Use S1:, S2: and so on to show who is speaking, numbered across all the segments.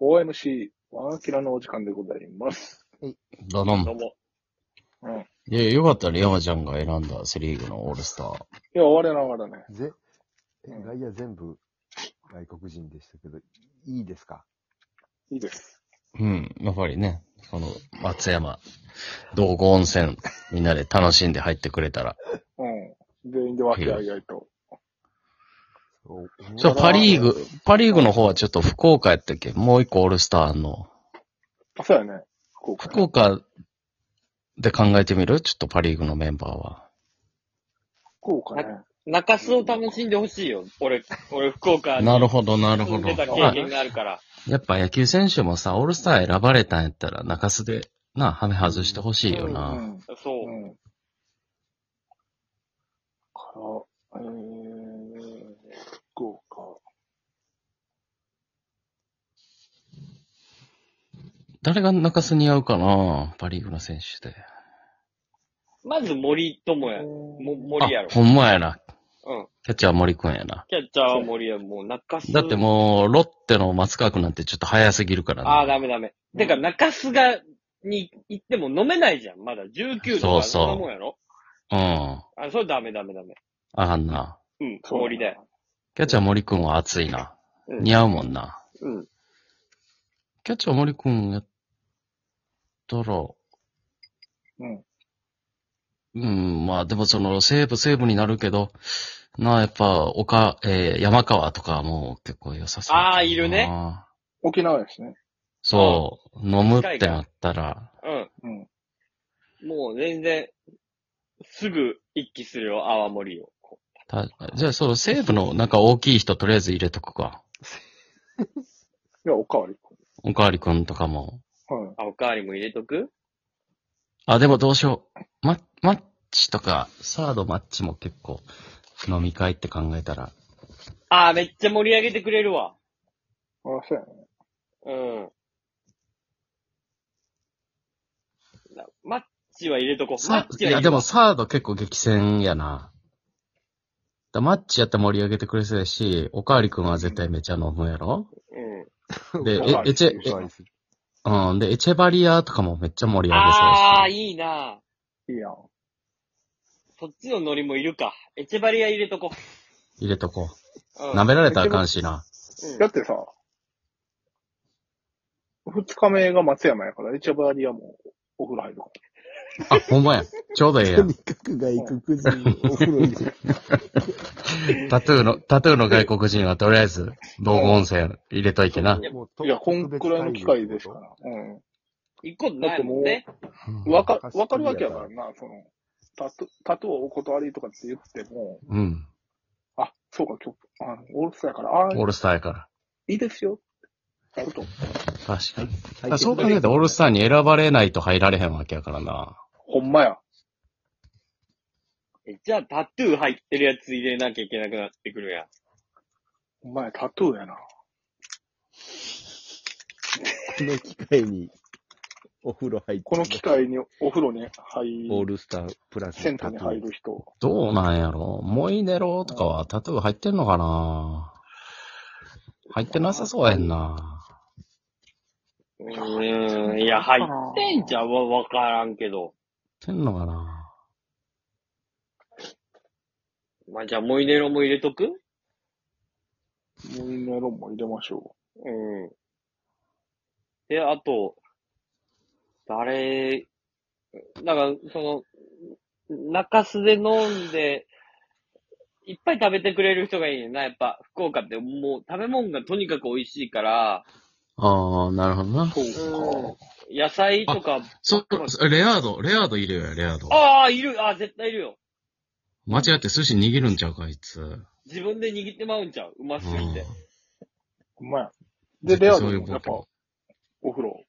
S1: OMC、ワンアキラのお時間でございます。
S2: だな
S1: ど
S2: ん。
S1: うも。うん。い
S2: いや、よかったら山ちゃんが選んだセリーグのオールスター。
S1: や、我ながらね。
S3: ぜ、え
S1: うん
S3: 外野全部外国人でしたけど、いいですか
S1: いいです。
S2: うん、やっぱりね、この松山、道後温泉、みんなで楽しんで入ってく れたら。
S1: うん。全員で分け合い合いと。
S3: そう
S2: ちょ、パリーグ、パリーグの方はちょっと福岡やったっけもう一個オールスターあんの。
S1: あ、そうやね。福岡、
S2: 福
S1: ね。
S2: 岡で考えてみるちょっとパリーグのメンバーは。
S1: 福岡ね。
S4: 中洲を楽しんでほしいよ。俺、俺、福岡に
S2: なるほど、なる
S4: 住
S2: ほ
S4: ん
S2: ど。
S4: でた経
S2: まあ
S4: 験があるから。
S2: やっぱ野球選手もさ、オールスター選ばれたんやったら、中洲で、な、ハメ外してほしいよな。
S1: うん
S4: そうう。
S1: ん。うん。から、えー、福岡。
S2: 誰が中洲に合うかなパリーグの選手で。
S4: まず森友や。も森やろ
S2: あ、。ほんまやな。
S4: うん。
S2: キャッチャー森くんやな。
S4: キャッチャーは森や。もう中洲。
S2: だってもう、ロッテの松川くんなんてちょっと早すぎるから
S4: ああ、
S2: ね。
S4: ダメダメ。てか、中洲が、に行っても飲めないじゃん。まだ19と
S2: そうそ
S4: か、
S2: うん
S4: なもんやろ
S2: うん。
S4: あ、それダメダメダメ。
S2: あかんな。
S4: うん、
S1: そう
S4: 森で。
S2: キャッチャー森くんは熱いな。
S4: うん
S2: 似合うもんな。
S4: うん。
S2: キャッチャー森くんやったら、
S1: うん。
S2: うん、まあでもその、西部西部になるけど、なあ、やっぱ、岡、えー、山川とかも結構良さそう。
S4: あーいるね。
S1: 沖縄ですね。
S2: そう、飲むってなったら、
S1: うん。
S4: うん。もう全然、すぐ一気するよ、泡森を。
S2: たじゃあ、その西部のなんか大きい人とりあえず入れとくか。
S1: いや、おかわり。
S2: おかわりくんとかも。
S1: はい。
S4: あ、おかわりも入れとく
S2: あ、でもどうしよう。マッ、マッチとか、サードマッチも結構、飲み会って考えたら。
S4: ああ、めっちゃ盛り上げてくれるわ。
S1: あ、そうやね。
S4: うん。なマッチは入れとこう。マ
S2: さ
S4: ッ
S2: い
S4: チは入れ
S2: や、でもサード結構激戦やな。だマッチやったら盛り上げてくれそうやし、おかわりくんは絶対めっちゃ飲むやろ
S4: うん。
S2: で、
S1: おかわ
S2: え、
S1: り
S2: エチェ、
S3: おかわりする
S2: えうん、で、エチェバリアとかもめっちゃ盛り上げそう
S4: ああ、
S2: やし。
S4: いいな。
S1: いいやん。
S4: そっちのノリもいるか。エチェバリア入れとこ
S2: 入れとこ
S4: う。う
S2: う。
S4: ん。
S2: 舐められたらあかんしな。
S4: うん
S1: だってさ、二日目が松山やから、エチャバリアもお風呂入るか
S2: あ、ほんまや。ちょうどええや
S3: と
S2: ん。
S3: にかく外国人、お風呂に。
S2: タトゥーの、タトゥーの外国人はとりあえず、道後温泉入れといてな。
S3: もう
S1: ら。いや、こんくらいの機会ですか。ら。うん。
S4: 行くことないもんね。
S1: わか、わかるわ
S3: 貸
S1: けやか
S3: し切りやから
S1: らな、その、タトゥー、タトゥーをお断りとかって言っても、
S2: うん。
S1: あ、そうか、今日、あのオールスターやから、あ
S2: オールスターやから。
S1: いいですよ。なると。
S2: 確かに。
S3: 体験
S2: そう考えてオールスターに選ばれないと入られへんわけやからな。
S1: ほんまや。
S4: えじゃあ、タトゥー入ってるやつ入れなきゃいけなくなってくるやん。
S1: ほんまや、タトゥーやな。
S3: この機会に、お風呂入って。
S1: この機会にお風呂に入
S3: オー
S1: り、
S3: ルスタープラス
S1: 銭湯
S3: タ
S1: に
S3: ト
S1: 入
S3: ゥー。
S1: る人。
S2: どうなんやろモイネロとかはタトゥー入ってんのかな入ってなさそうやんな。
S4: うーん。いや、入ってんじゃん。わ、わからんけど。
S2: 入ってんのかな
S4: まあ、じゃあ、モイネロも入れとく
S1: モイネロも入れましょ
S4: うん。で、あと、誰、なんか、その、中洲で飲んで、いっぱい食べてくれる人がいいねんな。やっぱ、福岡ってもう食べ物がとにかく美味しいから、
S2: ああ、なるほどな。
S1: う。そうか。
S4: うん野菜とか、
S2: そ、レアード、レアード入れようや、レアード。
S4: ああ、いるああ、絶対いるよ。
S2: 間違って寿司握るんちゃうか、あいつ。
S4: 自分で握ってまうんちゃううますぎて。
S1: ほんまや。
S2: う
S1: で、
S2: ん
S1: レア
S2: そう
S1: で
S2: いう
S1: も
S2: こと
S1: やっぱ、お風呂。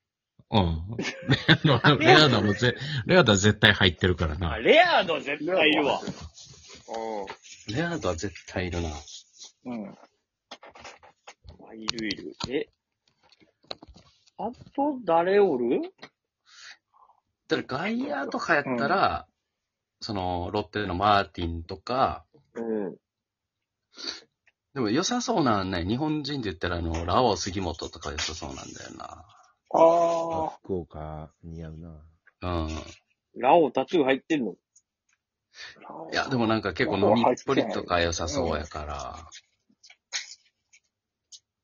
S2: うん。 レアード、レアードもぜ、レアードは絶対入ってるから
S4: あ
S2: な。
S4: レアード絶対いるわ。う
S2: レアードは絶対いるな。
S1: うん。
S4: ん。あいるいる。え、あと、誰おる
S2: だから外野とかやったら、その、ロッテのマーティンとか、
S4: うん。
S2: でも良さそうなんね、日本人で言ったらあの、ラオ杉本とか良さそうなんだよ
S3: あ
S1: あ
S3: 福岡似合うな。
S2: な。うん。
S4: ラオウタトゥー入ってんの
S1: あ。
S2: いや、でもなんか結構飲みっぷりとか良さそうやから。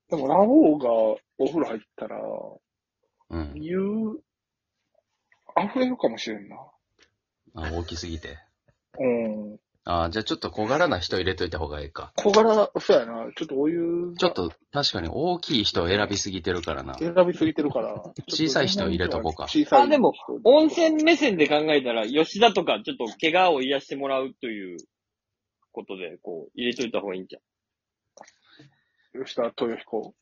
S1: でも、ラオウがお風呂入ったら、
S2: うん。
S1: 言う、溢れるかもしれんな。
S2: あ大きすぎて。
S1: うん。
S2: あじゃあちょっと小柄な人入れといた方がいいか。
S1: 小柄、そうやな。ちょっとお湯、
S2: ちょっ、と確かに大きい人を選びすぎてるからな。
S1: 選びすぎてるから。
S2: 小さい人入れとこうか
S1: 小さい人
S4: あでも、温泉目線で考えたら、吉田とかちょっと怪我を癒してもらうということで、こう、入れといた方がいいんじゃん。
S1: 吉田豊彦。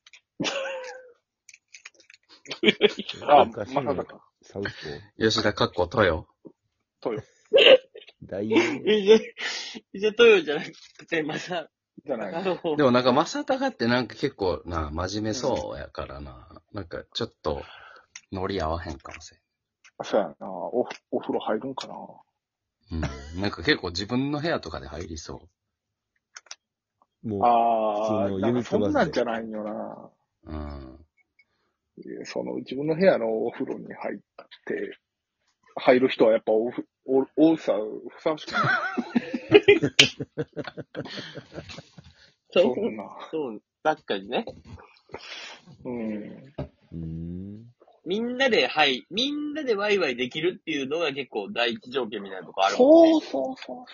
S1: あ、
S3: お
S1: ま
S3: かしい
S1: さ
S3: ね
S1: かか。
S3: サウス
S2: 吉田かっこ豊。
S3: ポー。大英
S4: 伊勢、伊勢豊じゃなくて、また、
S1: じゃ
S4: あ
S1: ない。
S4: の、
S2: でもなんか正隆ってなんか結構な、真面目そうやからな。なんかちょっと、ノリ合わへんかもし
S1: そうやな。お、お風呂入るんかな。
S2: れん。うん。なんか結構自分の部屋とかで入りそ
S3: も
S1: あ
S3: 普
S1: ー、
S3: 通の
S1: な
S3: ユ
S1: ん
S3: ニ
S1: か
S3: ット
S1: そ
S3: バスで
S1: んなんじゃないんよな。
S2: う。うん。
S1: その、自分の部屋のお風呂に入って、入る人はやっぱおふ、お、おうさ、ふさわしくない。
S4: そ、
S1: そうんな。
S4: そう、確かにね。
S1: うん。
S3: う、うーん。
S4: みんなで、はい、みんなでワイワイできるっていうのが結構第一条件みたいなとこあるもんね。
S1: そうそうそうそう。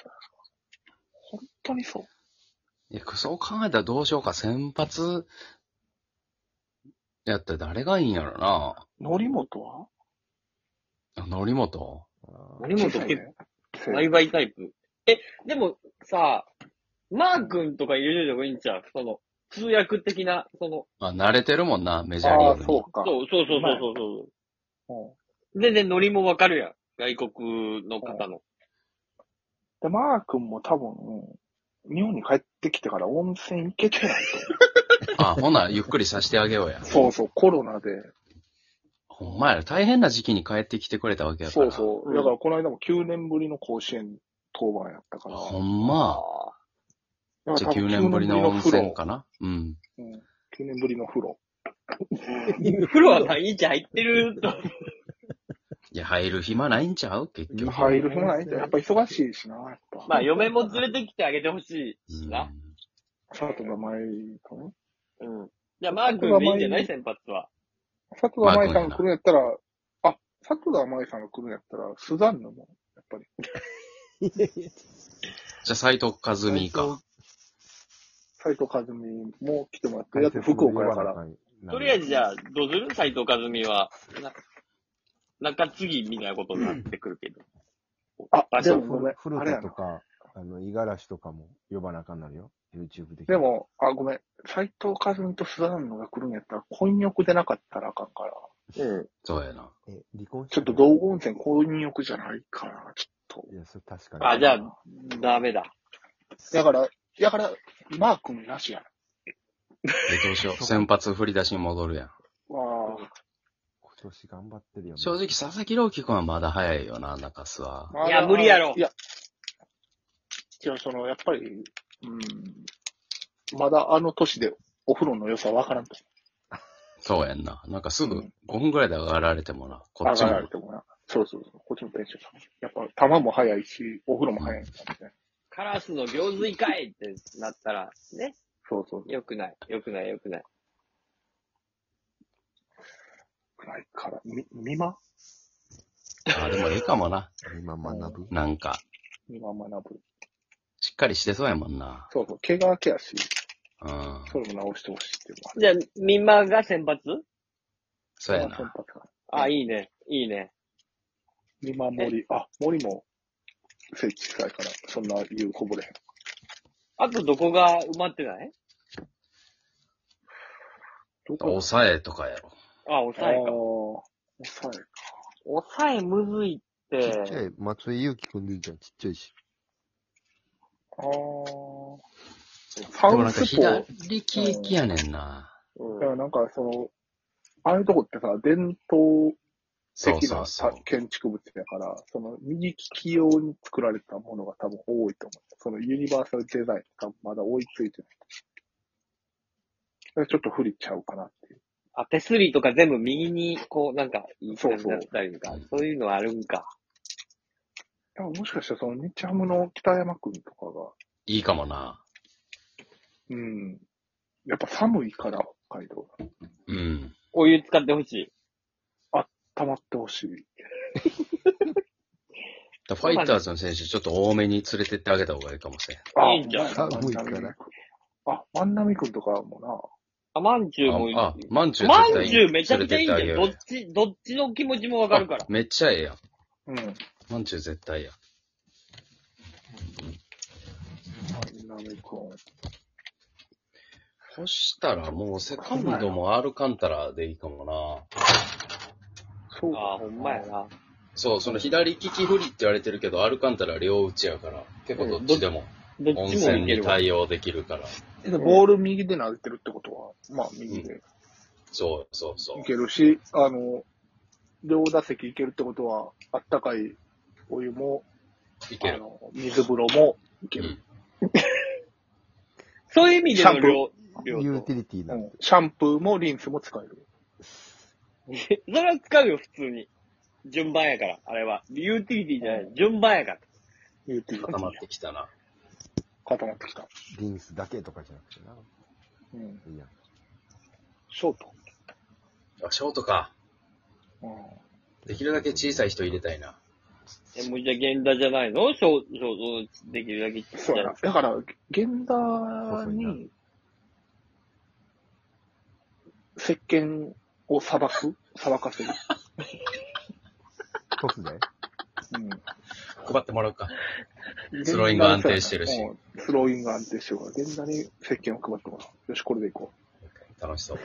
S1: 本当にそう。
S2: いや、そう考えたらどうしようか。先発、やったら誰がいいんやろな。
S1: のりもとは
S2: あ、則本
S3: あー
S4: 森本結
S1: 結
S4: 構、ワイワイタイプ。え、でもさ、マー君とか入れといた方がいいんちゃうその、通訳的な、その、
S2: あ、慣れてるもんな、メジャーリ
S1: あ
S2: ー
S1: あ
S2: グ、に。
S1: そうか。
S4: そうそうそうそうそうそう。
S1: うん
S4: 全然ノリもわかるやん。外国の方の。
S1: で、マー君も多分、日本に帰ってきてから温泉行けて ない
S2: あ、ほな、ゆっくりさせてあげようや
S1: と。。そうそう、コロナで。
S2: ほんまやな、大変な時期に帰ってきてくれたわけやか
S1: そ
S2: ら。
S1: うそう。だからこの間も9年ぶりの甲子園当番やったから。
S2: ほんま。
S1: だ
S2: じ
S1: か
S2: ゃあ
S1: ら多分
S2: 9年ぶりの温泉
S1: 九
S2: かな。うん。
S1: 年ぶりの風呂。うん、9年ぶりの風呂。
S4: 風呂は毎日入って ると。
S2: いや、入る暇ないんちゃう結局。
S1: 入る暇ないんだよやっぱ忙しいしな、やっぱ。
S4: まあ、嫁も連れてきてあげてほしいし
S2: うん
S4: な。
S1: 佐藤が前かな
S4: うん。じゃあ、マー君でいいんじゃない先発は。
S1: 佐藤が前さんが来るんやったら、あ、佐藤が前さんが来るんやったら、スザンヌも、やっぱり。
S2: じゃあ、斎藤和美か。
S1: 斎藤和美も来てもらって、だって福岡やから。。
S4: とりあえずじ
S3: あ。
S4: ゃあ、どうする斎藤和美は。な中継ぎみたいなことになってくるけど。
S1: あ
S4: 場
S1: で
S4: 所
S1: もごめん
S3: 古
S1: あれや
S3: 田
S1: な
S3: とか、あの、五十嵐とかも呼ばなあかんなるよ。YouTube で。
S1: で、も、あ、ごめん。斎藤和美とスザンヌが来るんやったら、混浴でなかったらあかんから。
S4: うん。
S2: そうやな。
S3: え、離婚
S1: ちょっと道後温泉混浴じゃないから、ちょっ
S3: ういや、それ確かに。
S4: あじゃあダメだ。
S1: と。だから、だから、マー君なしや
S2: え、どうしよう。先発振り出しに戻るやん。
S1: ん。わ
S3: 今年頑張ってるよね。
S2: 正直、佐々木朗希君はまだ早いよな、中須は。
S1: あ
S4: いや無理やろ
S1: いや、いや、その、やっぱり、うん、まだあの年でお風呂の良さわからんと。
S2: そうやんな。なんかす
S1: う
S2: ぐ
S1: ん、
S2: 5分ぐらいで上がられてもな。こっ
S1: 上
S2: ち
S1: がら
S2: も
S1: れ。てもな。そうそうそう。こっちもテンション高いやっぱ、球も速いし、お風呂も速いんだみたいな。
S4: カラスの行水かいってなったら、ね。
S1: そうそう。
S4: よくない。よくない、よくない。
S1: くらいから。み、みま
S2: あ、でもええかもな。
S3: 今学ぶ。
S2: なんか、
S1: みま学ぶ。
S2: しっかりしてそうやもんな。
S1: そうそう。怪我明けやし、
S2: うん。
S1: それも直してほしいっていうのは。
S4: じゃあ、ミンマが先発
S2: そうやな
S1: 先。発か
S4: あ、いいね。いいね。
S1: 見守り、あ、森も、背小さいから、そんな言うこぼれへん。
S4: あとどこが埋まってない
S1: どこ
S2: 抑えとかやろ。
S4: あ、抑え
S1: あー
S4: か。
S1: 抑えか。
S4: 抑えむずいっ
S3: ちっちゃ
S4: て、
S3: い、松井裕樹くんでいいじゃん。ちっちゃいし。
S1: あー。
S2: で
S1: サ
S2: もな
S1: ウ
S2: んか
S1: スポー
S2: 左。利きやねんな。
S4: う
S1: だ
S4: ん
S1: からなんか、その、ああいうとこってさ、伝統
S2: そう
S1: 的
S2: そ
S1: な
S2: うそう。
S1: 建築物やから、その右利き用に作られたものが多分多いと思う。そのユニバーサルデザインがまだ追いついてない。らちょっと不利ちゃうかなっていう。
S4: あ、手すりとか全部右に、こう、なんか、いい感じだったりとか、
S2: そ
S4: そうう
S2: そう
S4: いうのはあるんか。
S1: だからもしかしたらその日ハムの北山くんとかが、
S2: いいかもな。
S1: うん。やっぱ寒いから北海道
S2: うん。
S4: お湯使ってほしい。
S1: 溜まってほしい。
S2: だファイターズの選手、ちょっと多めに連れてってあげた方がいいかもしれん。
S1: あ
S4: いいんじゃない
S1: 万波
S3: 寒いから
S1: あ、万波くんとかもな、
S4: あ、まんじゅうもいい。
S2: あ、あマンチュ
S4: ま
S2: 絶
S4: ん
S2: 対
S4: じゅうめちゃくちゃいいんだよ。
S2: 連
S4: どっ
S2: れてって
S4: ち、どっちの気持ちもわ
S2: あ
S4: か
S2: げ
S4: る
S2: ようよ
S4: から。
S2: めっちゃええやん。
S1: うん。万
S2: マンチュ絶対やん。
S1: 波く
S2: そしたらもうセカンドもアルカンタラでいいかもな。
S1: ん。そう
S4: ああ、ほんまや。な。
S2: そう、その左利き不利って言われてるけど、アルカンタラ両打ちやから、結構どっちでも
S4: どっ
S2: 温
S4: ちも
S2: 泉
S4: いけ
S2: に
S4: るわ。
S2: 対応できるから。
S1: えでボール右で投げてるってことは、まあ右で
S2: そうそうそ。
S1: いうけるし、あの、両打席いけるってことは、あったかいお湯も、
S2: いけ
S1: あ
S2: る。
S1: の、水風呂もいけ
S2: う
S1: る。
S2: ん。
S4: そういう意味で
S1: シャ
S4: の
S1: ンプー
S4: 量、量
S3: ユー
S4: と。
S3: ティリティ
S1: う
S3: なん
S1: ん。シャンプーもリンスも使える。
S4: それは使うよ、普通に。順番やから、あれは。ユーティリティじゃない、順番やから。
S1: 言うていい
S2: 固まってきたな。
S1: 固まってきた。
S3: リンスだけとかじゃなくてな。
S1: うん。
S3: いいやん。
S1: ショート。
S2: あ、ショートか。
S1: うん。
S2: できるだけ小さい人入れたいな。
S4: え、もうじゃあ、源田じゃないのそう、そう、そうできるだけちっち
S1: そう
S4: ゃ
S1: や
S4: い
S1: な。だから、源田に、石鹸を裁く裁かせる。
S3: トスで
S1: う
S2: 配ってもらうか。
S1: ん。
S2: スローイング安定してるし
S1: うん。スローイング安定してるから、源田に石鹸を配ってもらう。よし、これでいこ
S2: 楽しそう。